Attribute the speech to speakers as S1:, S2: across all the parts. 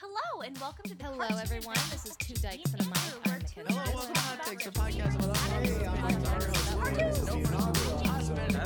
S1: Hello and welcome to the
S2: Hello,
S1: Cartoon
S2: everyone. This is Two Dykes and a Mic.
S1: Adventures.
S2: I'm
S1: We're two
S2: McKenna.
S1: Dykes
S3: Hello,
S1: and a
S3: welcome to
S1: Mic.
S3: Hot Takes, a podcast about
S1: We're Hot
S3: opinions,
S1: Takes,
S3: opinions,
S1: Hot
S3: our hosts, opinions,
S1: Takes.
S3: no
S1: Cartoons.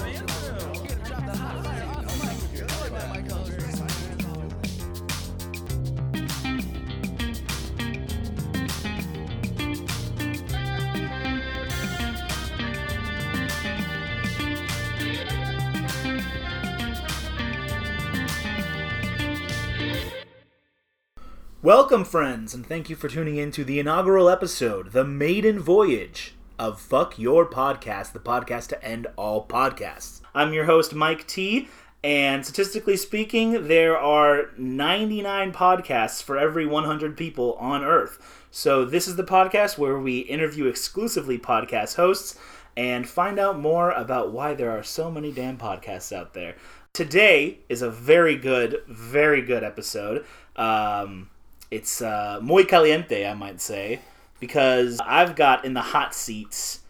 S4: Welcome, friends, and thank you for tuning in to the inaugural episode, the maiden voyage of Fuck Your Podcast, the podcast to end all podcasts. I'm your host, Mike T, and statistically speaking, there are 99 podcasts for every 100 people on Earth. So, this is the podcast where we interview exclusively podcast hosts and find out more about why there are so many damn podcasts out there. Today is a very good, very good episode. Um, it's uh, muy caliente, I might say, because I've got in the hot seats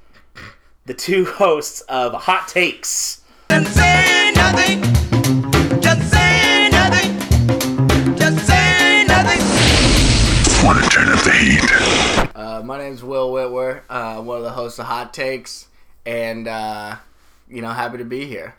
S4: the two hosts of Hot Takes.
S5: Just say nothing. Just say nothing. Just say nothing.
S6: Uh, my name's Will Whitwer, uh, one of the hosts of Hot Takes, and uh, you know, happy to be here.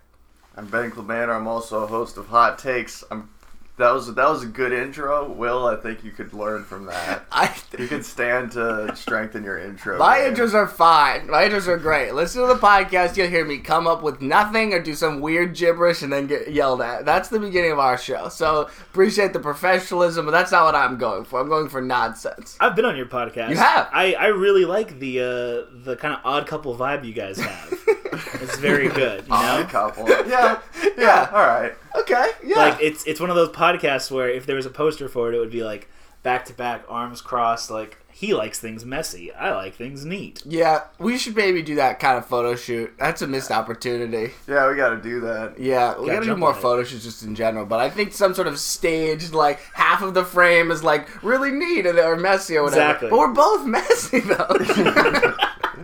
S7: I'm Ben Clemanor. I'm also a host of Hot Takes. I'm that was that was a good intro. Will, I think you could learn from that.
S6: I
S7: You could stand to strengthen your intro.
S6: my
S7: game.
S6: intros are fine. My intros are great. Listen to the podcast; you'll hear me come up with nothing or do some weird gibberish and then get yelled at. That's the beginning of our show. So appreciate the professionalism, but that's not what I'm going for. I'm going for nonsense.
S4: I've been on your podcast.
S6: You have?
S4: I, I really like the uh, the kind of odd couple vibe you guys have. it's very good. You
S7: Odd
S4: know?
S7: couple. Yeah, yeah. All right.
S6: Okay, yeah.
S4: Like it's it's one of those podcasts where if there was a poster for it, it would be like back to back, arms crossed. Like he likes things messy. I like things neat.
S6: yeah, we should maybe do that kind of photo shoot. That's a missed opportunity.
S7: Yeah, we got to do that.
S6: Yeah,
S4: Gotta
S6: we gotta do
S4: jump
S6: more
S4: on it.
S6: photo shoots just in general, but I think some sort of staged, like, half of the frame is, like, really neat and or messy or whatever.
S4: Exactly.
S6: But we're both messy, though.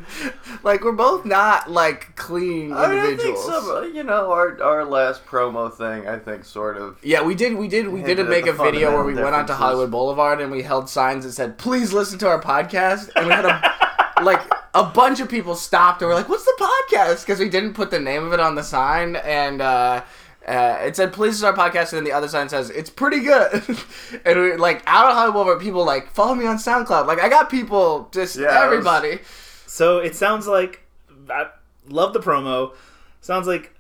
S6: like, we're both not, like, clean
S7: I mean, I think
S6: individuals.
S7: some, uh, you know, our our last promo thing, I think, sort of.
S6: yeah, we did. We did. We
S7: Yeah,
S6: did
S7: the-
S6: make
S7: the
S6: a video where we
S7: fundamental
S6: went onto
S7: differences.
S6: Hollywood Boulevard and we held signs that said, "Please listen to our podcast." And we had a like a bunch of people stopped and were like, "What's the podcast?" Because we didn't put the name of it on the sign, and uh, uh, it said, "Please listen to our podcast," and then the other sign says, "It's pretty good." and we like out of Hollywood Boulevard, people like follow me on SoundCloud. Like I got people, just
S7: Yeah, it was-
S6: everybody.
S4: So it sounds like I love the promo. Sounds like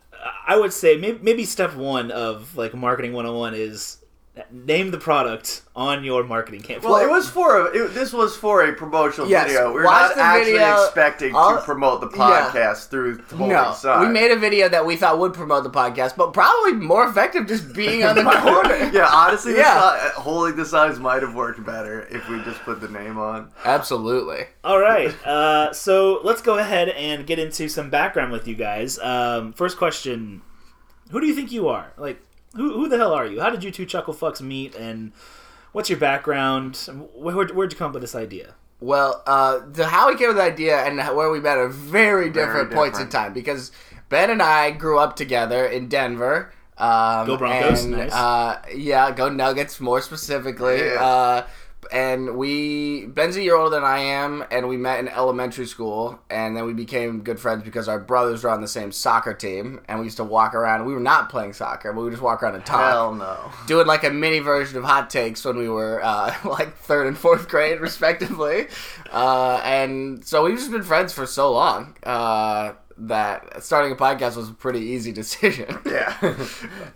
S4: I would say maybe, maybe step one of like marketing 101 is name the product on your marketing campaign.
S7: Well, it was for a, it, this was for a promotional
S6: Yes,
S7: video. We were
S6: watch
S7: not
S6: the
S7: actually
S6: video.
S7: expecting
S6: I'll-
S7: to promote the
S6: Yeah.
S7: podcast through holding
S6: No,
S7: signs.
S6: we made a video that we thought would promote the podcast, but probably more effective just being on the corner.
S7: yeah, honestly, the
S6: Yeah.
S7: si- uh, holding the signs might have worked better if we just put the name on.
S6: Absolutely.
S4: All right. Uh, so let's go ahead and get into some background with you guys. Um, first question: Who do you think you are? Like, who, who the hell are you? How did you two chuckle fucks meet? And what's your background? Where, where'd, where'd you come up with this idea?
S6: Well, uh, the how we came with the idea and how- where we met are very different points in
S7: different.
S6: time because Ben and I grew up together in Denver. Um,
S4: Go Broncos,
S6: and,
S4: nice.
S6: Uh, yeah, go Nuggets more specifically.
S7: Yeah.
S6: Uh, and we Ben's a year older than I am, and we met in elementary school, and then we became good friends because our brothers were on the same soccer team, and we used to walk around. We were not playing soccer, but we would just walk around and talk
S7: Hell no.
S6: doing like a mini version of hot takes when we were uh, like third and fourth grade respectively uh, and so we've just been friends for so long uh, that starting a podcast was a pretty easy decision
S7: Yeah.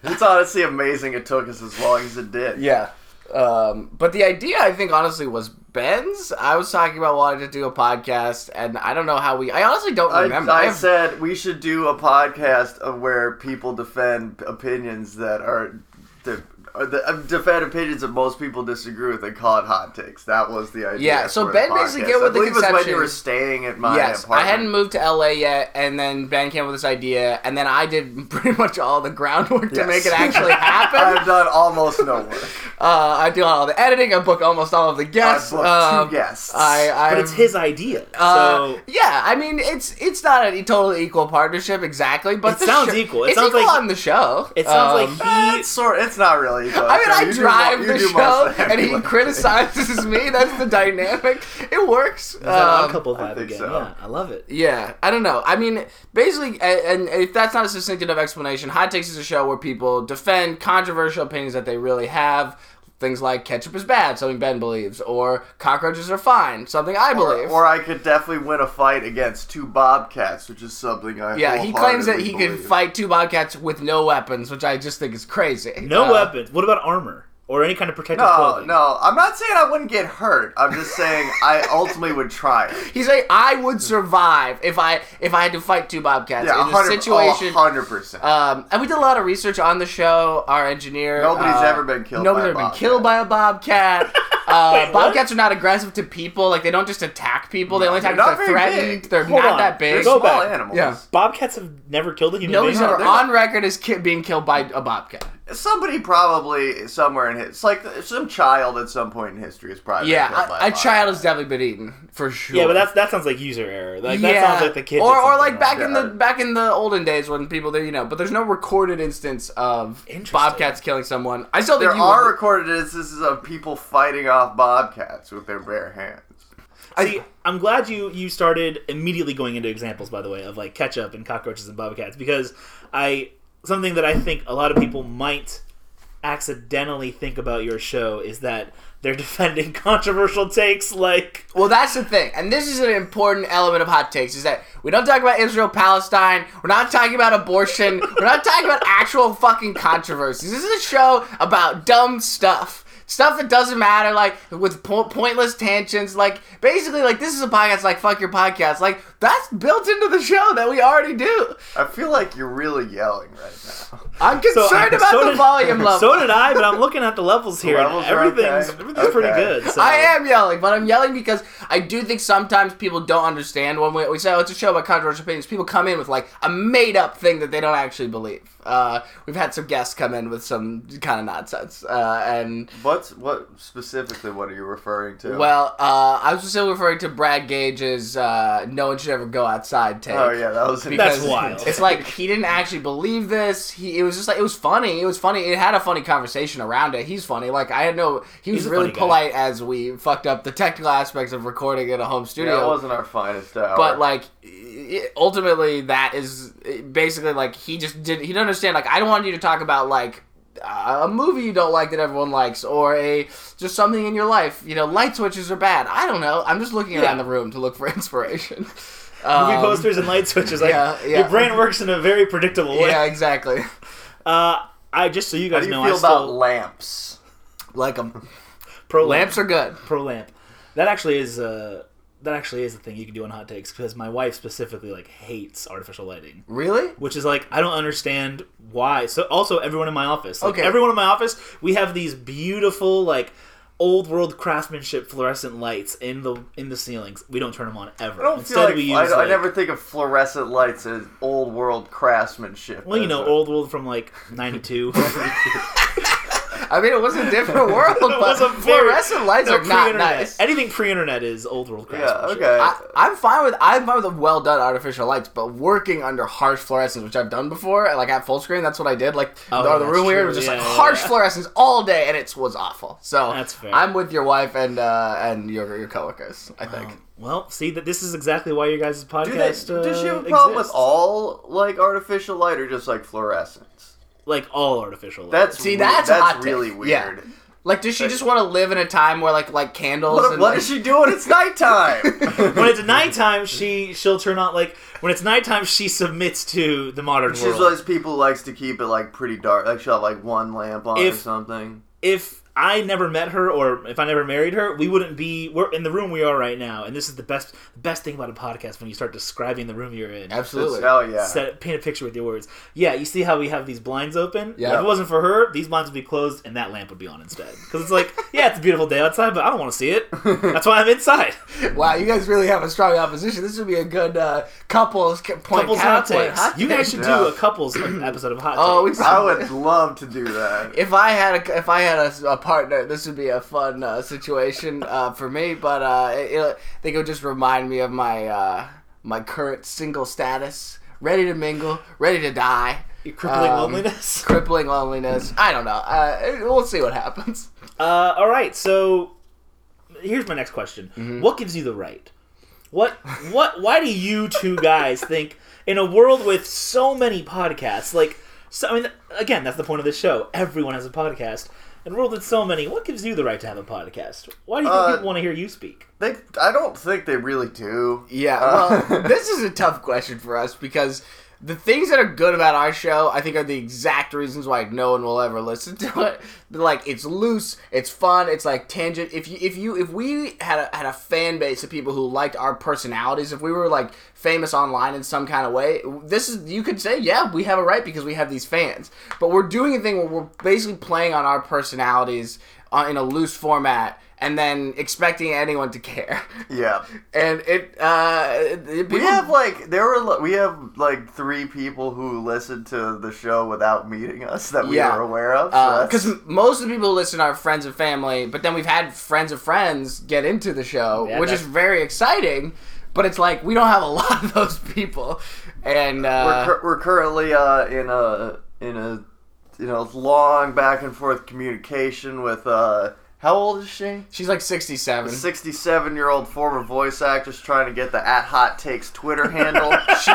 S7: it's honestly amazing it took us as long as it did.
S6: yeah um, but the idea i think honestly was ben's i was talking about wanting to do a podcast and i don't know how we i honestly don't
S7: I,
S6: remember
S7: I
S6: have-
S7: said we should do a podcast of where people defend opinions that are. that- or The, uh, defend opinions that most people disagree with and call it hot takes. That was the idea.
S6: Yeah, so
S7: for
S6: Ben
S7: the
S6: basically
S7: podcast.
S6: came with
S7: I
S6: the
S7: believe it was when
S6: conception-
S7: you were staying at my
S6: yes,
S7: apartment.
S6: I hadn't moved to LA yet, and then Ben came with this idea, and then I did pretty much all the groundwork to
S7: Yes.
S6: make it actually happen.
S7: I've done almost no work.
S6: Uh, I do all the editing. I book almost all of the guests.
S7: I booked
S6: um,
S7: two guests.
S6: I, I,
S4: But it's his idea,
S6: Uh,
S4: so
S6: yeah, I mean, it's it's not a totally equal partnership exactly, but
S4: It
S6: the
S4: sounds
S6: sho-
S4: equal. It
S6: it's
S4: sounds
S6: equal
S4: like-
S6: on the show.
S4: it sounds
S6: Um,
S4: like he
S7: it's sort. It's not really pretty close.
S6: I mean,
S7: Uh, So
S6: I
S7: you do
S6: drive
S7: mo- you
S6: the
S7: do
S6: show,
S7: most of
S6: and he
S7: everything.
S6: criticizes me. That's the dynamic. It works.
S4: that odd
S6: Um,
S4: couple
S7: I
S4: vibe
S7: think
S4: again.
S7: so.
S4: Yeah, I love it.
S6: Yeah, I don't know. I mean, basically, a- and if that's not a succinct enough explanation, Hot Takes is a show where people defend controversial opinions that they really have. Things like ketchup is bad, something Ben believes, or cockroaches are fine, something I
S7: Or,
S6: believe.
S7: or I could definitely win a fight against two Bobcats, which is something I
S6: yeah, he claims that he
S7: wholeheartedly
S6: can
S7: believe.
S6: fight two bobcats with no weapons, which I just think is crazy.
S4: No
S6: Uh,
S4: weapons. What about armor or any kind of protective
S7: No,
S4: clothing?
S7: no, I'm not saying I wouldn't get hurt. I'm just saying I ultimately would try it.
S6: He's like, I would survive if I if I had to fight two bobcats
S7: Yeah, oh,
S6: in this
S7: 100,
S6: situation.
S7: 100%.
S6: Um, and we did a lot of research on the show. Our engineer.
S7: Nobody's
S6: uh,
S7: ever been killed
S6: Nobody's
S7: by a
S6: ever been
S7: bobcat.
S6: killed by a bobcat. Uh,
S4: Wait, what?
S6: bobcats are not aggressive to people. Like they don't just attack people. They only attack
S7: They're
S6: if
S7: not
S6: they're
S7: very
S6: threatened.
S7: big.
S6: They're
S4: Hold
S6: not
S4: on.
S6: that big.
S7: They're
S4: Go
S7: small
S4: back.
S7: animals.
S6: Yeah.
S4: Bobcats have never killed a human
S6: Nobody's
S4: being.
S6: ever
S7: they're
S6: on
S7: not-
S6: record as ki- being killed by a bobcat.
S7: Somebody probably somewhere in his, it's like some child at some point in history is probably been
S6: Yeah,
S7: killed by
S6: a, a
S7: bobcat.
S6: child has definitely been eaten for sure.
S4: Yeah, but that's that sounds like user error. Like that sounds like the kid. did
S6: or or
S4: something
S6: like
S4: wrong.
S6: back in the
S7: Yeah.
S6: back in the olden days when people did you know, but there's no recorded instance of
S4: Interesting.
S6: bobcats killing someone. I still think
S7: There
S6: you
S7: are
S6: would-
S7: recorded instances of people fighting off bobcats with their bare hands.
S4: See, I'm glad you you started immediately going into examples, by the way, of like ketchup and cockroaches and bobcats, because I something that I think a lot of people might accidentally think about your show is that they're defending controversial takes like
S6: Well, that's the thing, and this is an important element of hot takes: is that we don't talk about Israel Palestine, we're not talking about abortion, we're not talking about actual fucking controversies. This is a show about dumb stuff, stuff that doesn't matter, like with po- pointless tangents. Like basically, like this is a podcast, like fuck your podcast, like that's built into the show that we already do.
S7: I feel like you're really yelling right now.
S6: I'm concerned about
S4: so
S6: the
S4: did-
S6: volume level.
S4: So did I, but I'm looking at the levels here.
S7: levels
S4: and
S7: are okay.
S4: everything's everything's pretty
S7: Okay.
S4: good. So.
S6: I am yelling, but I'm yelling because I do think sometimes people don't understand when we, we say, oh, it's a show about controversial opinions. People come in with like a made up thing that they don't actually believe. Uh, we've had some guests come in with some kind of nonsense. Uh, and,
S7: What's what specifically? What are you referring to?
S6: well, uh, I was still referring to Brad Gage's uh, no one should ever go outside take.
S7: oh yeah, that was
S4: That's
S6: because
S4: wild.
S6: It's like he didn't actually believe this. He it was just like it was funny. It was funny. It had a funny conversation around it. He's funny. Like I had no. He was
S4: He's a
S6: really
S4: funny guy.
S6: polite as we fucked up the technical aspects of recording in a home studio.
S7: Yeah, it wasn't our finest hour.
S6: but like it, ultimately, that is it- basically like he just did. not He didn't understand. Like I don't want you to talk about like. A movie you don't like that everyone likes, or a just something in your life. You know, light switches are bad. I don't know. I'm just looking around the room to look for inspiration.
S4: Movie
S6: Um,
S4: posters and light switches. Like
S6: yeah, yeah.
S4: your brain works in a very predictable way.
S6: Yeah, exactly.
S4: Uh, I just so you
S7: how
S4: guys
S7: do you
S4: know,
S7: feel
S4: I
S7: about
S4: still
S7: lamps?
S6: Like um, them.
S4: pro
S6: Lamps are good.
S4: pro lamp. That actually is uh, that actually is a thing you can do on hot takes because my wife specifically like hates artificial lighting,
S6: Really?
S4: which is like I don't understand why. So also everyone in my office, like
S6: Okay.
S4: everyone in my office, we have these beautiful like old world craftsmanship fluorescent lights in the in the ceilings. We don't turn them on ever.
S7: I don't
S4: Instead,
S7: feel like,
S4: we use
S7: I, I
S4: like,
S7: never think of fluorescent lights as old world craftsmanship.
S4: well, you
S7: as
S4: know,
S7: a-
S4: old world from like '92.
S6: I mean, it was a different world, but
S4: was a very-
S6: fluorescent lights are not nice.
S4: Anything pre-internet is old world
S7: Yeah.
S4: craftsmanship.
S7: Okay.
S6: I, I'm fine with I'm fine with well done artificial lights, but working under harsh fluorescence, which I've done before, like at full screen, that's what I did. Like
S4: Oh,
S6: the, the
S4: that's
S6: room we were in
S4: true.
S6: was just
S4: Yeah,
S6: like
S4: yeah,
S6: harsh
S4: yeah.
S6: fluorescence all day, and it was awful. So
S4: That's fair.
S6: I'm with your wife and uh, and your your coworkers. I think.
S4: Well, see that this is exactly why your guys'
S7: do they,
S4: podcast. uh,
S7: does she have a problem with
S4: exists.
S7: all like artificial light or just like fluorescence?
S4: like all artificial light?
S7: That's
S6: See,
S7: weird.
S6: that's a hot take.
S7: really
S6: Yeah.
S7: weird.
S6: Like, does she just want to live in a time where like like candles?
S7: What,
S6: and,
S7: what
S6: like-
S7: is she doing? It's nighttime.
S4: when it's nighttime, she she'll turn on like when it's nighttime, she submits to the modern
S7: She's
S4: world.
S7: one of those people who likes to keep it like pretty dark. Like she'll have like one lamp on or
S4: If-
S7: something.
S4: if I never met her, or if I never married her, we wouldn't be we're in the room we are right now. And this is the best best thing about a podcast when you start describing the room you're in.
S6: Absolutely.
S7: Oh yeah.
S4: Set, paint a picture with your words. Yeah, you see how we have these blinds open.
S6: Yeah.
S4: If it wasn't for her, these blinds would be closed and that lamp would be on instead. Because it's like, yeah, it's a beautiful day outside, but I don't want to see it. That's why I'm inside.
S6: Wow, you guys really have a strong opposition. This would be a good uh, couples ca- point.
S4: couples hot
S6: counterpoint
S4: takes.
S6: hot
S4: You guys
S6: takes.
S4: should do
S7: Yeah.
S4: a couples episode of hot
S6: Oh, we
S4: takes.
S7: I would love to do that.
S6: If I had a if I had a, a partner, this would be a fun uh, situation uh, for me. But uh, it, it, I think it would just remind me of my uh, my current single status, ready to mingle, ready to die.
S4: crippling
S6: Um,
S4: loneliness.
S6: crippling loneliness. I don't know. Uh, we'll see what happens.
S4: Uh, all right, so here's my next question: What gives you the right? What what? Why do you two guys think in a world with so many podcasts? Like, so, I mean, again, that's the point of this show. Everyone has a podcast. In a world with so many, what gives you the right to have a podcast? Why do you think
S7: Uh,
S4: people want to hear you speak?
S7: They, I don't think they really do.
S6: Yeah,
S7: Uh,
S6: well, this is a tough question for us because the things that are good about our show, I think, are the exact reasons why no one will ever listen to it. Like, it's loose, it's fun, it's like tangent. If you, if you, if we had a, had a fan base of people who liked our personalities, if we were like famous online in some kind of way, this is you could say, yeah, we have a right because we have these fans. But we're doing a thing where we're basically playing on our personalities uh, in a loose format. And then expecting anyone to care
S7: Yeah.
S6: and it uh it- people,
S7: We have like there were li- we have like three people who listened to the show without meeting us that we
S6: Yeah. Uh,
S7: are aware of. so that's-
S6: because most of the people who listen are friends and family but then we've had friends of friends get into the show
S4: Yeah,
S6: which is
S4: that's-
S6: very exciting but it's like we don't have a lot of those people and
S7: we're,
S6: uh
S7: cur- we're currently uh, in a in a you know long back and forth communication with uh how old is she?
S6: she's like 67
S7: Sixty seven year old former voice actress trying to get the at hot takes Twitter handle.
S6: she,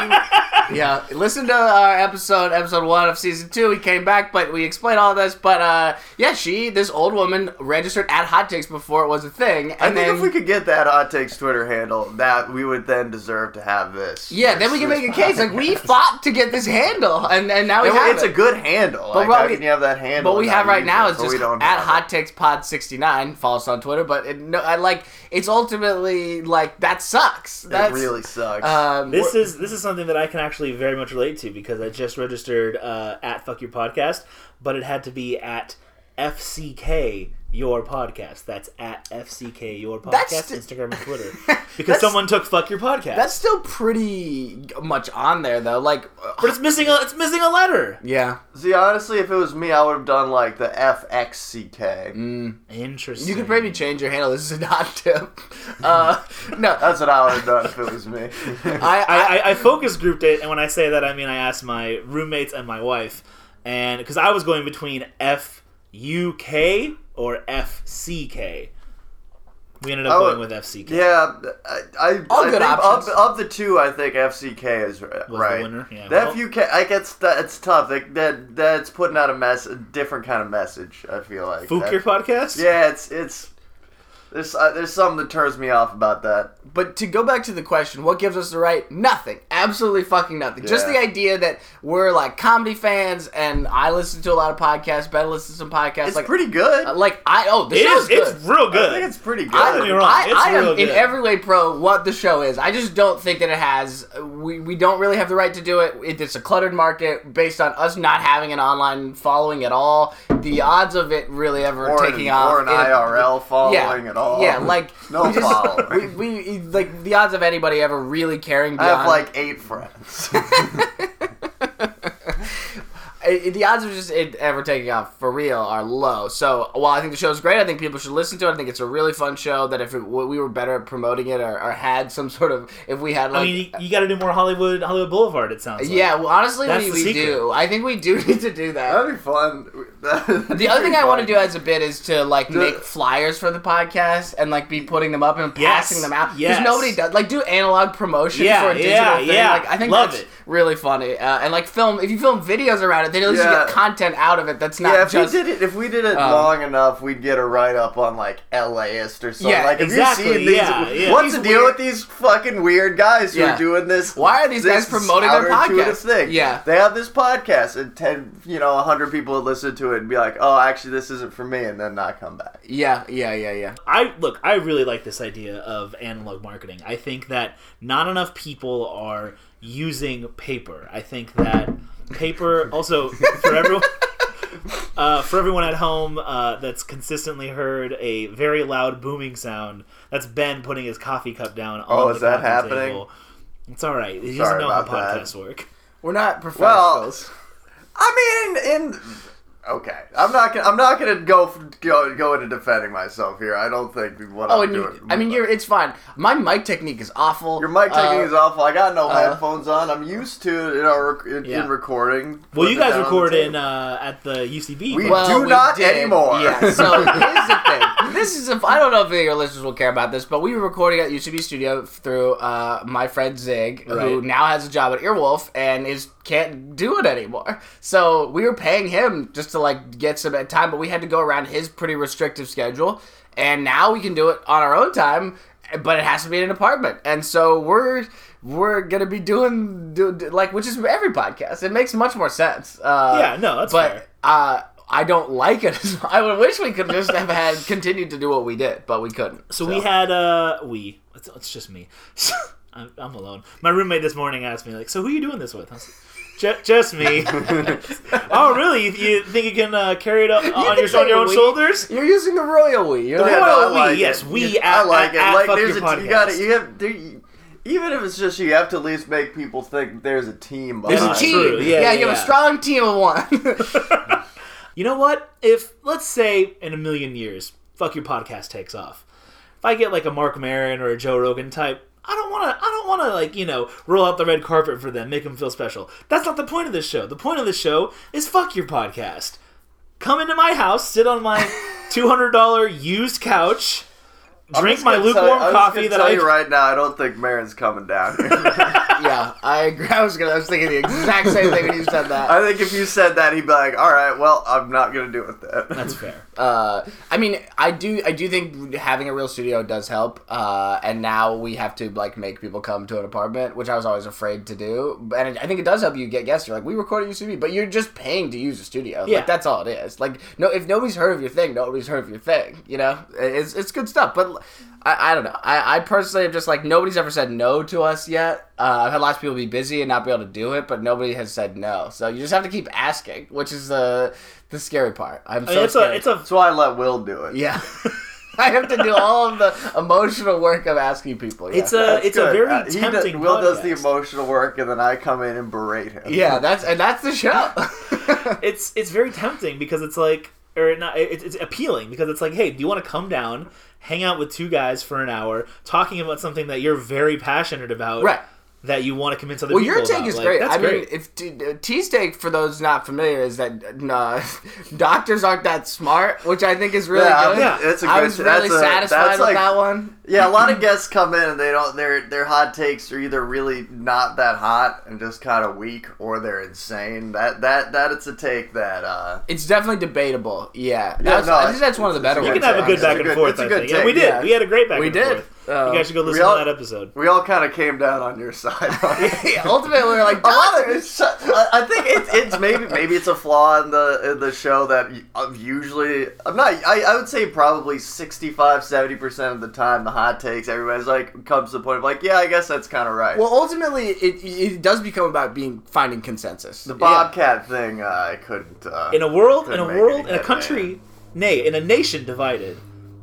S6: yeah listen to our episode episode one of season two we came back but we explained all this but uh yeah she this old woman registered at hot takes before it was a thing and
S7: I think
S6: then
S7: if we could get that hot takes Twitter handle, that we would then deserve to have this.
S6: yeah then we can make a case like we fought to get this handle and and now we
S7: It-
S6: have
S7: it's
S6: it.
S7: a good handle.
S6: But
S7: like,
S6: what
S7: how
S6: we-
S7: can you have that handle?
S6: What we
S7: and
S6: have
S7: not
S6: right
S7: use
S6: now
S7: it?
S6: is
S7: But
S6: just
S7: we don't
S6: at
S7: have
S6: Hot Takes Pod sixty nine. Follow us on Twitter, but it, no, I like it's ultimately like that sucks.
S7: It,
S6: That's,
S7: it really sucks.
S6: Um,
S4: This is this is something that I can actually very much relate to because I just registered uh, at Fuck Your Podcast, but it had to be at FCK Your Podcast. That's at FCK Your Podcast,
S6: That's sti-
S4: Instagram and Twitter, because
S6: That's-
S4: someone took Fuck Your Podcast.
S6: that's still pretty much on there though. Like,
S4: but it's missing a it's missing a letter.
S6: yeah,
S7: See, honestly, if it was me, I would have done like the FXCK.
S6: Mm.
S4: Interesting.
S6: you could maybe change your handle. This is a hot tip. Uh, no,
S7: That's what I would have done if it was me.
S6: I, I
S4: I, I, I focus grouped it, and when I say that, I mean I asked my roommates and my wife, and because I was going between F U K or F C K, we ended up
S7: Oh,
S4: going with F C K.
S7: yeah, I, I,
S6: All
S7: I
S6: good
S7: think
S6: options.
S7: Of, of the two, I think FCK is r-
S4: the
S7: right.
S4: winner, yeah.
S7: The
S4: Well-
S7: FUK, I guess that it's tough. Like, that that's putting out a mess, a different kind of message. I feel like.
S4: Fook
S7: That-
S4: your podcast?
S7: Yeah, it's it's. There's uh, there's something that turns me off about that.
S6: But to go back to the question, what gives us the right? Nothing. Absolutely fucking nothing. Just
S7: Yeah.
S6: the idea that we're like comedy fans, and I listen to a lot of podcasts. Ben listens to some podcasts.
S7: It's
S6: like,
S7: pretty good.
S6: like I oh, the
S4: It
S6: show's
S4: is.
S6: good.
S4: It's real good.
S7: I think it's pretty good.
S6: I,
S4: Don't get me wrong,
S6: I-
S4: it's
S6: I am
S4: real
S6: in
S4: good.
S6: every way pro what the show is. I just don't think that it has. We, we don't really have the right to do it. it. It's a cluttered market based on us not having an online following at all. The odds of it really ever
S7: or
S6: taking
S7: an,
S6: off
S7: or an
S6: in a-
S7: IRL following
S6: yeah,
S7: at all.
S6: Yeah, like
S7: no
S6: we just-
S7: following.
S6: we, we like the odds of anybody ever really caring.
S7: I
S6: Beyond,
S7: have like eight friends.
S6: I- the odds of just it ever taking off for real are low. So while I think the show is great, I think people should listen to it. I think it's a really fun show. That if it, we were better at promoting it or, or had some sort of if we had like.
S4: I mean, you, you got to do more Hollywood Hollywood Boulevard. It sounds. Like.
S6: yeah, well, honestly,
S4: That's
S6: we,
S4: the
S6: we
S4: secret.
S6: do. I think we do need to do that.
S7: That'd be fun.
S6: The other thing I want to do as a bit is to like make flyers for the podcast and like be putting them up and
S4: Yes,
S6: passing them out because
S4: yes.
S6: nobody does like do analog promotion
S4: Yeah,
S6: for a digital
S4: yeah,
S6: thing.
S4: yeah.
S6: Like I think
S4: Love
S6: that's
S4: it.
S6: really funny uh, and like film if you film videos around it, then at least you
S7: Yeah.
S6: get content out of it that's not
S7: Yeah, if
S6: just um,
S7: we did it, if we did it long enough, we'd get a write up on like LAist or something.
S6: Yeah,
S7: like, if
S4: exactly,
S7: you've seen these,
S4: yeah, yeah.
S7: what's
S6: These
S7: the deal
S6: weird-
S7: with these fucking weird guys who
S6: Yeah.
S7: are doing this?
S6: Why are these guys
S7: this
S6: promoting their
S7: counterintuitive
S6: podcast?
S7: Thing?
S6: Yeah.
S7: they have this podcast, and ten, you know, hundred people would listen to it and be like, "Oh, actually, this isn't for me," and then not come back.
S6: Yeah, yeah, yeah, yeah.
S4: I look. I really like this idea of analog marketing. I think that not enough people are using paper. I think that paper also for everyone. Uh, for everyone at home uh, that's consistently heard a very loud booming sound, that's Ben putting his coffee cup down. On
S7: Oh,
S4: the
S7: is that
S4: coffee
S7: happening?
S4: table. It's all right. He doesn't
S7: Sorry
S4: know how
S7: about that.
S4: podcasts work.
S6: We're not
S7: Well,
S6: professionals.
S7: I mean, in Okay, I'm not. Gonna, I'm not gonna go f- go go into defending myself here. I don't think what
S6: Oh,
S7: I'm
S6: and
S7: doing.
S6: you, I mean, you're, it's fine. My mic technique is awful.
S7: your mic technique
S6: Uh,
S7: is awful. I got no
S6: uh,
S7: headphones on. I'm used to it in our rec- in,
S6: Yeah.
S7: in recording.
S4: Well, you
S7: Putting it
S4: guys
S7: down on the
S4: record in
S7: table.
S4: uh, at the UCB.
S7: We-
S4: right?
S7: do not anymore.
S6: Yeah, so here's the thing. This is, if I don't know if your listeners will care about this, but we were recording at UCB Studio through uh, my friend Zig, who
S4: Right.
S6: now has a job at Earwolf and is can't do it anymore. So we were paying him just to like get some time, but we had to go around his pretty restrictive schedule, and now we can do it on our own time. But it has to be in an apartment, and so we're we're gonna be doing do, do- like which is every podcast. It makes much more sense. Uh,
S4: Yeah, no, that's
S6: but
S4: fair.
S6: uh, I don't like it. as I would wish we could just have had continued to do what we did, but we couldn't.
S4: So we had uh we. It's, it's just me. I'm, I'm alone. My roommate this morning asked me like, "So who you doing this with?" I was like, "Ju- just me. oh, really? You, you think you can uh, carry it up on
S6: can
S4: your
S6: say
S4: on your own
S6: we.
S4: shoulders?
S6: You're using the royal we. You're
S7: Yeah,
S6: like,
S7: no, I
S4: Well, we-
S7: like
S4: yes,
S7: it.
S4: we
S7: I
S4: at-
S7: like it.
S4: at- at
S7: like
S4: Fuck
S7: there's
S4: Your
S7: a you got
S4: Podcast.
S7: to you have there, you- even if it's just you have to at least make people think there's a team.
S4: There's a
S7: behind
S4: team.
S7: it.
S4: True, yeah,
S6: Yeah, you have
S4: yeah.
S6: a strong team of one.
S4: You know what? If let's say in a million years, fuck your podcast takes off. If I get like a Mark Maron or a Joe Rogan type." I don't want to. I don't want to like you know roll out the red carpet for them, make them feel special. That's not the point of this show. The point of this show is fuck your podcast. Come into my house, sit on my two hundred dollar used couch,
S7: I'm
S4: drink
S7: just
S4: my
S7: gonna tell you-
S4: lukewarm
S7: I'm just
S4: coffee
S7: gonna
S4: that
S7: tell
S4: I
S7: you right now. I don't think Marin's coming down here.
S6: yeah, I agree. I was gonna. I was thinking the exact same thing when you said that.
S7: I think if you said that, he'd be like, "All right, well, I'm not gonna do it then."
S4: That's fair.
S6: Uh, I mean, I do. I do think having a real studio does help. Uh, and now we have to like make people come to an apartment, which I was always afraid to do. And I think it does help you get guests. You're like, we record at UCB, but you're just paying to use a studio.
S4: Yeah.
S6: Like that's all it is. Like no, if nobody's heard of your thing, nobody's heard of your thing. You know, it's it's good stuff. But I, I don't know. I, I personally am just like nobody's ever said no to us yet. Uh, I've had lots of people be busy and not be able to do it, but nobody has said no. So you just have to keep asking, which is the the scary part. I'm so
S4: I mean, it's a
S6: scared.
S4: it's a
S7: That's why I let Will do it.
S6: Yeah. I have to do all of the emotional work of asking people. Yeah.
S4: it's a it's a
S7: Good.
S4: very
S7: Uh, he does-
S4: tempting.
S7: Will does the
S4: podcast.
S7: emotional work, and then I come in and berate him.
S6: yeah, that's and that's the show.
S4: it's it's very tempting because it's like or not it, it's appealing because it's like hey do you want to come down hang out with two guys for an hour talking about something that you're very passionate about
S6: Right.
S4: that you want to convince other
S6: well,
S4: people
S6: your take
S4: about.
S6: is
S4: Like,
S6: great.
S4: that's
S6: I
S4: great
S6: mean, if t- uh, T's take for those not familiar is that uh, doctors aren't that smart, which I think is really
S7: Yeah,
S6: good.
S7: yeah, it's a
S6: I
S7: good-
S6: was really
S7: that's a-
S6: satisfied
S7: that's
S6: with
S7: like-
S6: that one.
S7: Yeah, a lot of guests come in and they don't their their hot takes are either really not that hot and just kind of weak or they're insane. That that that it's a take that uh
S6: It's definitely debatable. Yeah,
S7: Yeah,
S6: That's-
S7: no,
S6: I think that's one of the better
S4: you
S6: ones.
S4: can have a
S7: take.
S4: good
S7: It's
S4: back
S7: a
S4: and
S7: good-
S4: forth
S7: it's a
S4: I
S7: good
S4: think. and
S7: take,
S4: we did
S6: yeah.
S4: we had a great back
S6: We
S4: and
S6: did. Um,
S4: forth you guys should go listen
S7: all-
S4: to that episode
S7: we all kind of came down on your side.
S6: Yeah, ultimately, we're like,
S7: A lot of it's, I I think it's, it's maybe maybe it's a flaw in the in the show that y- of usually I'm not I, I would say probably 65 70 percent of the time the hot takes everybody's like comes to the point of like yeah I guess that's kind of right.
S6: well, ultimately, it it does become about being finding consensus.
S7: the Bobcat thing uh, I couldn't uh,
S4: in a world in a
S7: Couldn't make
S4: world
S7: any
S4: in a
S7: headway.
S4: country nay in a nation divided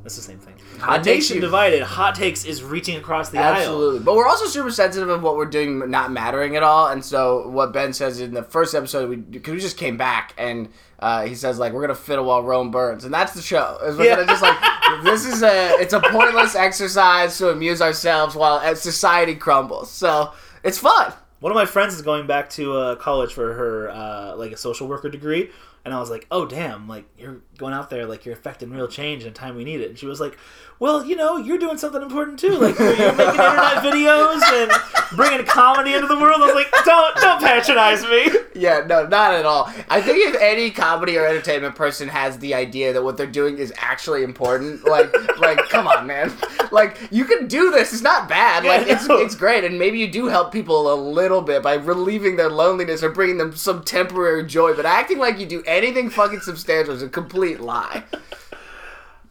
S4: that's the same thing
S6: Hot
S4: a
S6: takes
S4: nation
S6: you-
S4: divided hot takes is reaching across the aisle
S6: Absolutely. But we're also super sensitive of what we're doing not mattering at all. And so what Ben says in the first episode, we because we just came back and uh, he says like we're gonna fiddle while Rome burns, and that's the show. Is we're
S4: Yeah.
S6: gonna just like this is a it's a pointless exercise to amuse ourselves while uh, society crumbles. So it's fun.
S4: One of my friends is going back to uh, college for her uh, like a social worker degree, and I was like, "Oh damn! Like you're going out there, like you're affecting real change in a time we need it." And she was like, "Well, you know, you're doing something important too. Like you're making internet videos and bringing comedy into the world." I was like, "Don't don't patronize me."
S6: Yeah, no, not at all. I think if any comedy or entertainment person has the idea that what they're doing is actually important, like, like, come on, man, like you can do this. It's not bad.
S4: Yeah,
S6: Like, it's
S4: no.
S6: it's great, and maybe you do help people a little bit by relieving their loneliness or bringing them some temporary joy. But acting like you do anything fucking substantial is a complete lie.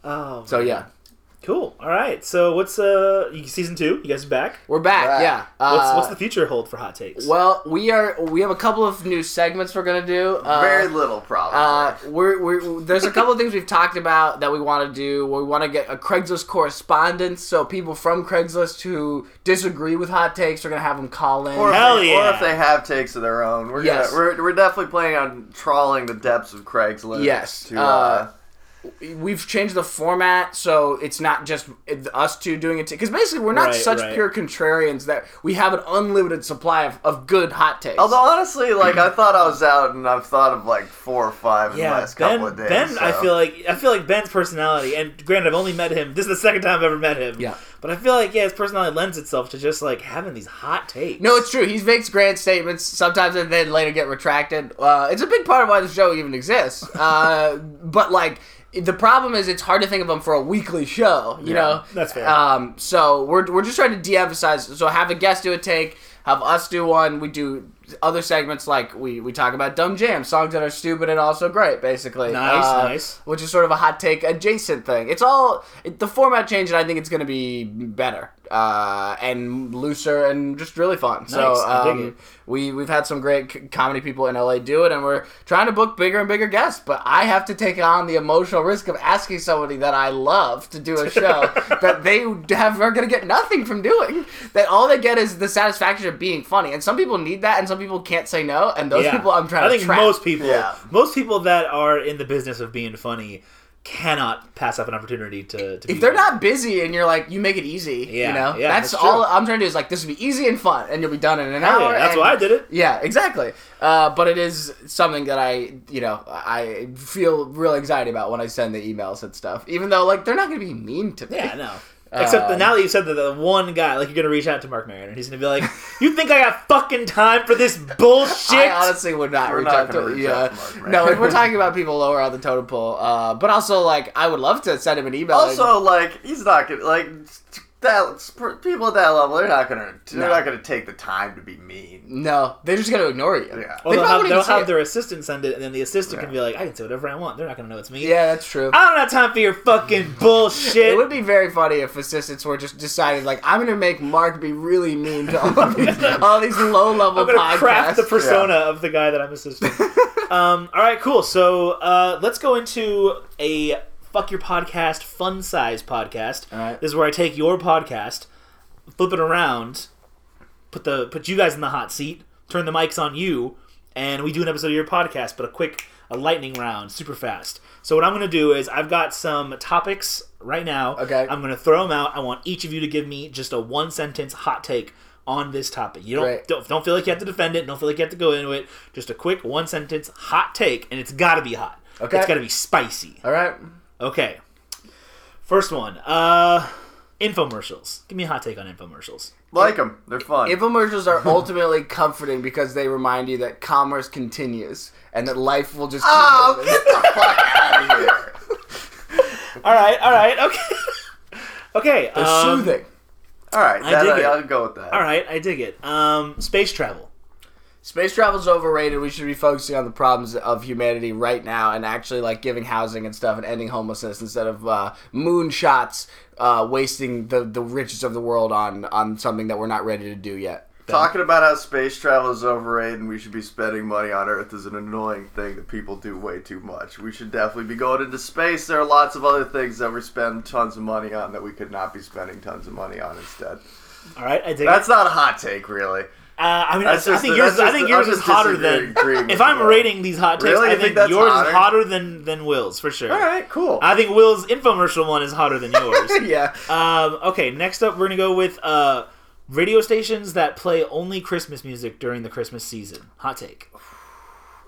S4: Oh,
S6: So yeah,
S4: cool. All right. So what's uh season two? You guys are back.
S6: We're back.
S7: Right.
S6: Yeah. Uh,
S4: What's what's the future hold for hot takes?
S6: well, we are. We have a couple of new segments we're gonna do. Uh,
S7: Very little problem.
S6: Uh, we're, we're, there's a couple of things we've talked about that we want to do. We want to get a Craigslist correspondence, so people from Craigslist who disagree with hot takes are gonna have them call in.
S7: or, if
S4: Hell
S7: they,
S4: yeah.
S7: or if they have takes of their own, we're
S6: Yes.
S7: gonna, we're, we're definitely planning on trawling the depths of Craigslist.
S6: Yes,
S7: to, uh,
S6: uh, We've changed the format, so it's not just us two doing it. Because basically, we're not
S4: Right,
S6: such
S4: right.
S6: pure contrarians that we have an unlimited supply of, of good hot takes.
S7: although honestly, like I thought I was out, and I've thought of like four or five in the
S4: yeah,
S7: last
S4: Ben.
S7: couple of days.
S4: ben, I
S7: so.
S4: feel like I feel like Ben's personality, and granted, I've only met him. This is the second time I've ever met him.
S6: Yeah.
S4: But I feel like yeah, his personality lends itself to just like having these hot takes.
S6: No, it's true. He makes grand statements sometimes, and then later get retracted. Uh, it's a big part of why the show even exists. Uh, but like, the problem is it's hard to think of them for a weekly show. You know,
S4: that's fair.
S6: Um, so we're we're just trying to de-emphasize. So have a guest do a take, have us do one. We do other segments like we we talk about dumb jams, songs that are stupid and also great, basically.
S4: Nice,
S6: Uh,
S4: nice.
S6: Which is sort of a hot take adjacent thing. It's all it, the format change, and I think it's going to be better uh, and looser and just really fun. So
S4: Nice, I dig
S6: um,
S4: it.
S6: we we've had some great c- comedy people in LA do it, and we're trying to book bigger and bigger guests. But I have to take on the emotional risk of asking somebody that I love to do a show that they have are going to get nothing from doing. That all they get is the satisfaction of being funny, and some people need that, and some people can't say no. And those
S4: Yeah.
S6: people I'm trying
S4: I
S6: to
S4: think
S6: trap.
S4: most people,
S7: Yeah.
S4: most people that are in the business of being funny, cannot pass up an opportunity to. to be
S6: if they're
S4: funny.
S6: not busy and you're like you make it easy
S4: Yeah,
S6: you know
S4: yeah,
S6: that's,
S4: that's true.
S6: all i'm trying to do is like this will be easy and fun and you'll be done in an
S4: Yeah,
S6: hour
S4: that's
S6: and-
S4: why I did it.
S6: yeah exactly uh, but it is something that i you know i feel real anxiety about when i send the emails and stuff even though like they're not gonna be mean to me
S4: Yeah, no. Except
S6: Uh,
S4: that now that you said that the one guy, like you're gonna reach out to Mark Maron and he's gonna be like, "You think I got fucking time for this bullshit?"
S6: I honestly would not
S7: We're
S6: reach
S7: not
S6: out
S7: gonna
S6: to
S7: reach
S6: yeah.
S7: out to Mark Maron.
S6: no, if we're talking about people lower on the totem pole. Uh, but also, like, I would love to send him an email. and-
S7: Also, like he's not gonna like that. People at that level, they're not gonna they're
S6: No.
S7: not gonna take the time to be mean.
S6: no, they're just gonna ignore you.
S7: Yeah.
S4: Or they'll
S6: probably
S4: have,
S6: wouldn't
S4: they'll
S6: see
S4: have
S6: it.
S4: their assistant send it, and then the assistant can be like, "I can say whatever I want." They're not gonna know it's me.
S6: yeah, that's true.
S4: I don't have time for your fucking bullshit.
S6: It would be very funny if assistants were just decided, like, I'm gonna make Mark be really mean to all these, all these low level
S4: I'm gonna
S6: podcasts.
S4: craft the persona of the guy that I'm assisting. um, all right, cool. So uh, let's go into a fuck your podcast fun size podcast.
S6: All right.
S4: This is where I take your podcast, flip it around, put the put you guys in the hot seat, turn the mics on you, and we do an episode of your podcast, but a quick a lightning round, super fast. So what I'm gonna do is I've got some topics right now.
S6: Okay.
S4: I'm gonna throw them out. I want each of you to give me just a one sentence hot take on this topic. You don't
S6: Great.
S4: don't, don't feel like you have to defend it. Don't feel like you have to go into it. Just a quick one sentence hot take, and it's got to be hot.
S6: Okay.
S4: It's got to be spicy.
S6: All right.
S4: Okay. First one. Uh, infomercials. Give me a hot take on infomercials.
S7: Like them, they're fun.
S6: Infomercials are ultimately comforting because they remind you that commerce continues and that life will just keep
S7: oh,
S6: moving.
S7: get the fuck out of here!
S4: All right. All right. Okay. okay.
S6: They're
S4: um,
S6: soothing.
S7: All right, that,
S4: dig
S7: I,
S4: it.
S7: I'll go with that.
S4: All right. I dig it. Um, space travel.
S6: Space travel's overrated. We should be focusing on the problems of humanity right now and actually like giving housing and stuff and ending homelessness instead of uh, moonshots uh, wasting the, the riches of the world on on something that we're not ready to do yet.
S7: Talking about how space travel is overrated and we should be spending money on Earth is an annoying thing that people do way too much. We should definitely be going into space. There are lots of other things that we spend tons of money on that we could not be spending tons of money on instead.
S4: All right. I dig it.
S7: That's not a hot take, really.
S4: Uh, I mean,
S7: That's
S4: I, I
S7: just-
S4: think
S7: that's
S4: yours. I
S7: just-
S4: think
S7: I'm
S4: yours is
S7: just
S4: hotter than.
S7: disagreeing- agreeing
S4: If
S7: with
S4: I'm
S7: you.
S4: rating these hot takes,
S7: Really?
S4: I
S7: You
S4: think,
S7: think that's
S4: yours is
S7: hotter?
S4: hotter than than Will's for sure.
S7: All right, cool.
S4: I think Will's infomercial one is hotter than yours.
S6: yeah.
S4: um, okay, next up, we're gonna go with uh, radio stations that play only Christmas music during the Christmas season. Hot take.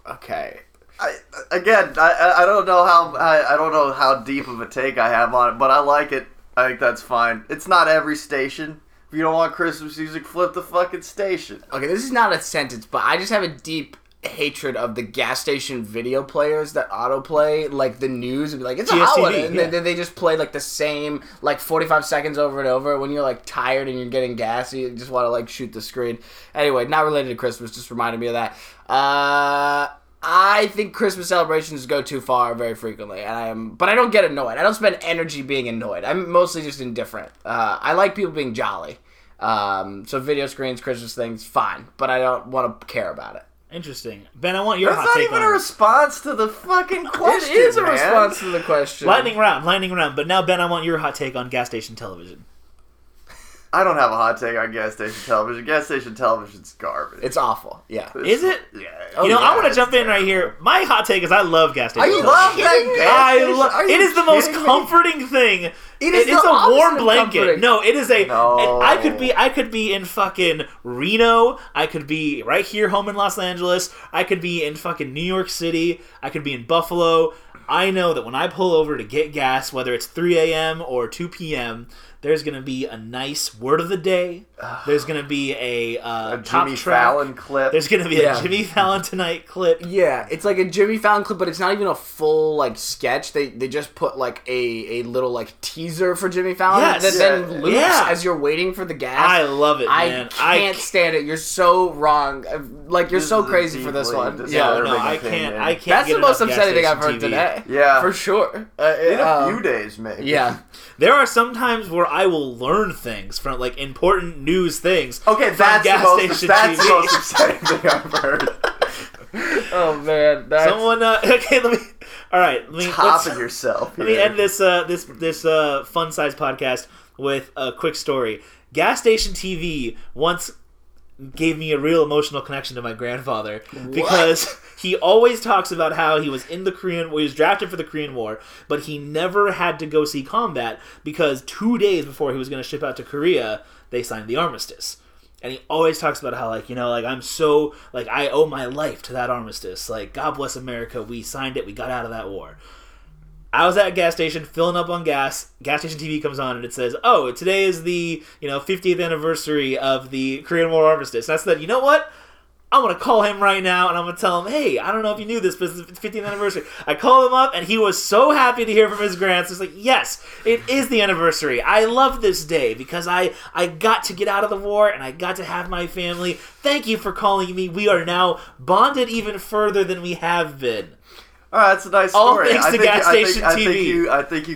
S6: Okay.
S7: I, again, I- I, I don't know how I, I don't know how deep of a take I have on it, but I like it. I think that's fine. It's not every station. If you don't want Christmas music, flip the fucking station.
S6: Okay, this is not a sentence, but I just have a deep hatred of the gas station video players that autoplay like the news and be like, it's a hot
S4: GSTV,
S6: one. And
S4: yeah.
S6: then then they just play like the same like 45 seconds over and over when you're like tired and you're getting gas. You just want to like shoot the screen. Anyway, not related to Christmas, just reminded me of that. Uh, I think Christmas celebrations go too far very frequently, and I am, but I don't get annoyed. I don't spend energy being annoyed. I'm mostly just indifferent. Uh, I like people being jolly. Um, so video screens, Christmas things, fine, but I don't want to care about it.
S4: Interesting, Ben. I want your
S7: That's
S4: hot
S7: not
S4: take
S7: even
S4: on
S7: a
S4: it.
S7: response to the fucking question.
S6: it is a
S7: man.
S6: response to the question.
S4: lightning round, lightning round. But now, Ben, I want your hot take on gas station television.
S7: I don't have a hot take on gas station television. Gas station television's garbage.
S6: It's awful. Yeah.
S4: Is it?
S7: Yeah.
S4: you know,
S7: Oh, yeah,
S4: I want to
S7: it's
S4: jump in right
S7: terrible.
S4: here. My hot take is I love gas station.
S6: you
S4: television.
S7: Love that gas
S4: I
S7: station.
S4: love.
S7: Are
S4: It
S7: you
S4: is the most
S7: kidding me?
S4: comforting thing. It
S6: is
S4: is
S6: the
S4: a warm
S6: opposite of
S4: blanket.
S6: comforting.
S4: No, it is a.
S7: No.
S4: I could be. I could be in fucking Reno. I could be right here, home in Los Angeles. I could be in fucking New York City. I could be in Buffalo. I know that when I pull over to get gas, whether it's 3 a.m. or 2 p.m., there's gonna be a nice word of the day. There's gonna be a, uh,
S7: A
S4: top
S7: Jimmy
S4: track.
S7: Fallon clip.
S4: There's gonna be
S6: Yeah.
S4: a Jimmy Fallon tonight clip.
S6: Yeah, it's like a Jimmy Fallon clip, but it's not even a full like sketch. They they just put like a, a little like teaser for Jimmy Fallon
S4: Yes.
S6: that
S7: Yeah.
S6: then loops
S4: Yeah.
S6: as you're waiting for the gas.
S4: I love it,
S6: I
S4: man. I
S6: can't stand it. You're so wrong. Uh, Like you're
S7: This
S6: so
S7: is
S6: crazy for this
S7: deeply
S6: one.
S7: dis-
S6: Yeah,
S4: No,
S7: they're
S4: Oh, no,
S7: big
S4: I
S7: thing,
S4: can't.
S7: man.
S4: I can't.
S6: that's
S4: get
S6: the most
S4: enough gas
S6: upsetting thing I've
S4: station
S6: heard
S4: TV.
S6: today.
S7: Yeah.
S6: for sure. Uh,
S7: in a
S6: um,
S7: few days, maybe.
S6: yeah.
S4: There are some times where I will learn things from like important news things.
S7: Okay,
S4: from
S7: that's the
S4: gas
S7: most.
S4: station
S7: That's the
S4: TV.
S7: most upsetting thing I've heard.
S6: Oh man, that's
S4: Someone. Uh, okay, let me. All right, let me.
S7: Top
S4: let's-
S7: of yourself.
S4: Let me
S7: here.
S4: end this uh, this this uh, fun size podcast with a quick story. Gas station TV once gave me a real emotional connection to my grandfather because he always talks about how he was in the Korean War, he was drafted for the Korean War, but he never had to go see combat because two days before he was going to ship out to Korea, they signed the armistice. And he always talks about how, like, you know, like, I'm so, like, I owe my life to that armistice. Like, God bless America. We signed it. We got out of that war. I was at a gas station filling up on gas. Gas station TV comes on and it says, "Oh, today is the you know 50th anniversary of the Korean War armistice." And I said, "You know what? I'm gonna call him right now and I'm gonna tell him, hey, I don't know if you knew this, but it's the 50th anniversary." I called him up and he was so happy to hear from his grants. He's like, "Yes, it is the anniversary. I love this day because I I got to get out of the war and I got to have my family. Thank you for calling me. We are now bonded even further than we have been."
S7: All right, that's a nice
S4: All
S7: story.
S4: thanks to
S7: I think,
S4: gas
S7: I think-
S4: station
S7: I think,
S4: TV.
S7: you, I think you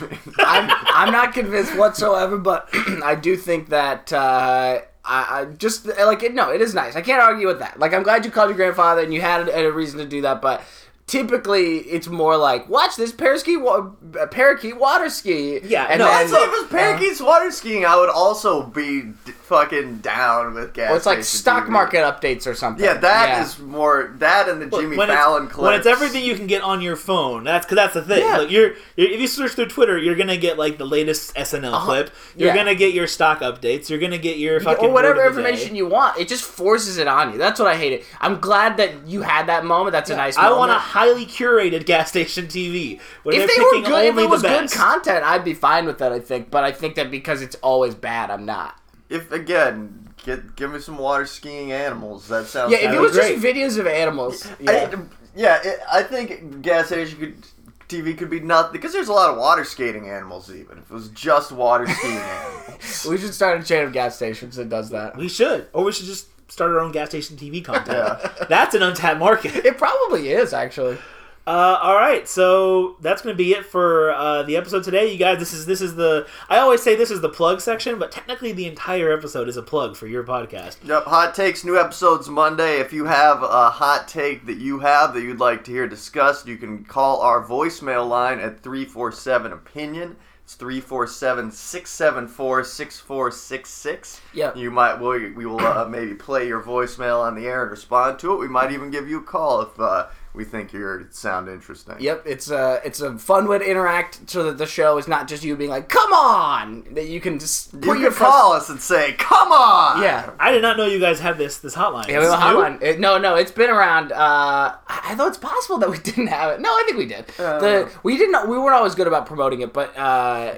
S7: me.
S6: I'm, I'm not convinced whatsoever, but I do think that uh, I, I just like it. No, it is nice. I can't argue with that. Like I'm glad you called your grandfather and you had a, a reason to do that, but. Typically, it's more like watch this parakeet wa- parakeet water ski.
S4: Yeah,
S6: and
S4: no,
S6: then-
S4: I
S7: I'd say if it was parakeets water skiing, I would also be d- fucking down with gas.
S6: Or it's like
S7: station
S6: stock
S7: TV.
S6: market updates or something.
S7: Yeah, that is more that and the
S4: Well,
S7: Jimmy
S4: when it's-
S7: Fallon clip.
S4: When it's everything you can get on your phone, that's because that's the thing.
S6: Yeah.
S4: Like you're, you're, if you search through Twitter, you're gonna get like the latest SNL clip. You're
S6: Uh-huh. Yeah.
S4: gonna get your stock updates. You're gonna get your fucking
S6: or whatever
S4: word of the
S6: information
S4: day.
S6: you want. It just forces it on you. That's what I hate it. I'm glad that you had that moment. That's a nice.
S4: I
S6: moment.
S4: want a highly curated gas station TV. Where
S6: if
S4: they're
S6: they
S4: picking
S6: were good, if
S4: only
S6: it was
S4: the
S6: good
S4: best.
S6: content, I'd be fine with that. I think, but I think that because it's always bad, I'm not.
S7: if again, get give me some water skiing animals. That sounds
S6: Yeah, if
S4: That'd
S6: it
S4: be
S6: was
S4: great.
S6: just videos of animals, yeah,
S7: I, yeah, it, I think gas station could, TV could be nothing because there's a lot of water skating animals. Even if it was just water skiing animals,
S6: we should start a chain of gas stations that does that.
S4: we should, or we should just start our own gas station TV content.
S7: Yeah.
S4: That's an untapped market.
S6: It probably is actually.
S4: Uh, all right, so that's going to be it for uh, the episode today, you guys. This is this is the I always say this is the plug section, but technically the entire episode is a plug for your podcast.
S7: Yep, hot takes, new episodes Monday. If you have a hot take that you have that you'd like to hear discussed, you can call our voicemail line at 347 Opinion. It's 347 674 6466.
S6: Yep.
S7: You might, we, we will uh, maybe play your voicemail on the air and respond to it. We might even give you a call if uh, we think you sound interesting.
S6: Yep, it's a it's a fun way to interact so that the show is not just you being like, "Come on," that you can just put
S7: You
S6: your
S7: can
S6: frust-
S7: call us and say, come on!
S6: Yeah,
S4: I did not know you guys had this this hotline.
S6: Yeah, we
S4: This
S6: have a
S4: is new?
S6: hotline. It, no, no, it's been around. Uh, I, I thought it's possible that we didn't have it. No, I think we did. the we didn't. We weren't always good about promoting it, but uh,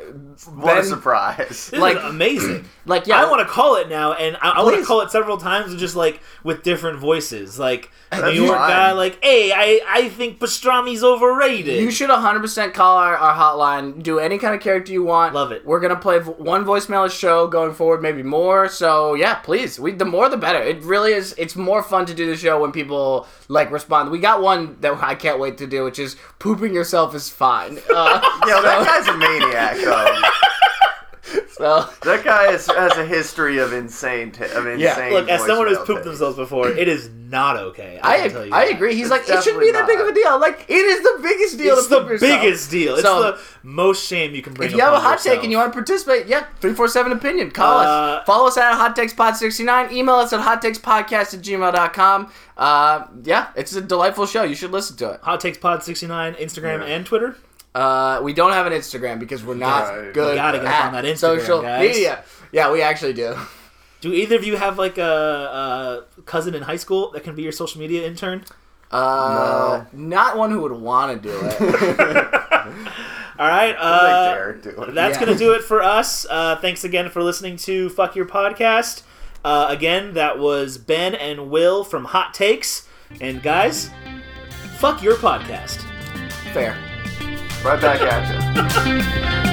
S7: What a
S6: Ben-
S7: surprise.
S4: This
S6: Like-
S4: is amazing.
S6: like yeah,
S4: I want to call it now, and I, I want to
S6: Please.
S4: call it several times, just like with different voices, like a
S7: That's
S4: New York
S7: fine.
S4: guy, like, "Hey, I I I think pastrami's overrated.
S6: You should 100% call our, our hotline. Do any kind of character you want.
S4: Love it.
S6: We're gonna play vo- one voicemail a show going forward, maybe more. So yeah, please. We the more the better. It really is. It's more fun to do the show when people like respond. We got one that I can't wait to do, which is pooping yourself is fine. Uh,
S7: Yo, that guy's a maniac, though.
S6: so
S7: That guy is, has a history of insane. T- of insane.
S6: Yeah,
S4: Look, as someone who's
S7: voicemail
S4: pooped
S7: takes.
S4: themselves before, it is not okay. I,
S6: I
S4: can tell you
S6: I
S4: that.
S6: agree. He's
S7: It's
S6: like it shouldn't be that big
S7: definitely
S6: of a deal. Like it is the biggest deal.
S4: It's
S6: to
S4: the
S6: poop yourself.
S4: biggest deal. It's
S6: So-
S4: the most shame you can bring.
S6: If you have a
S4: upon
S6: hot
S4: yourself.
S6: take and you want to participate, yeah, 347 opinion. Call
S4: Uh,
S6: us. Follow us at Hot Takes Pod 69. Email us at hottakespodcast at gmail.com. Uh, yeah, it's a delightful show. You should listen to it.
S4: hot takes pod sixty nine Instagram and Twitter.
S6: Uh, we don't have an Instagram because we're not
S7: Right.
S6: good
S4: We gotta get
S6: at
S4: up on that Instagram,
S6: social
S4: guys.
S6: media. Yeah, we actually do.
S4: Do either of you have like a, a cousin in high school that can be your social media intern?
S6: Uh, Not one who would want to do it.
S4: All right.
S7: Like
S4: Uh,
S7: Derek doing.
S4: that's
S6: Yeah.
S4: going to do it for us. Uh, thanks again for listening to Fuck Your Podcast. Uh, again, that was Ben and Will from Hot Takes. And guys, fuck your podcast.
S6: Fair.
S7: right back at you.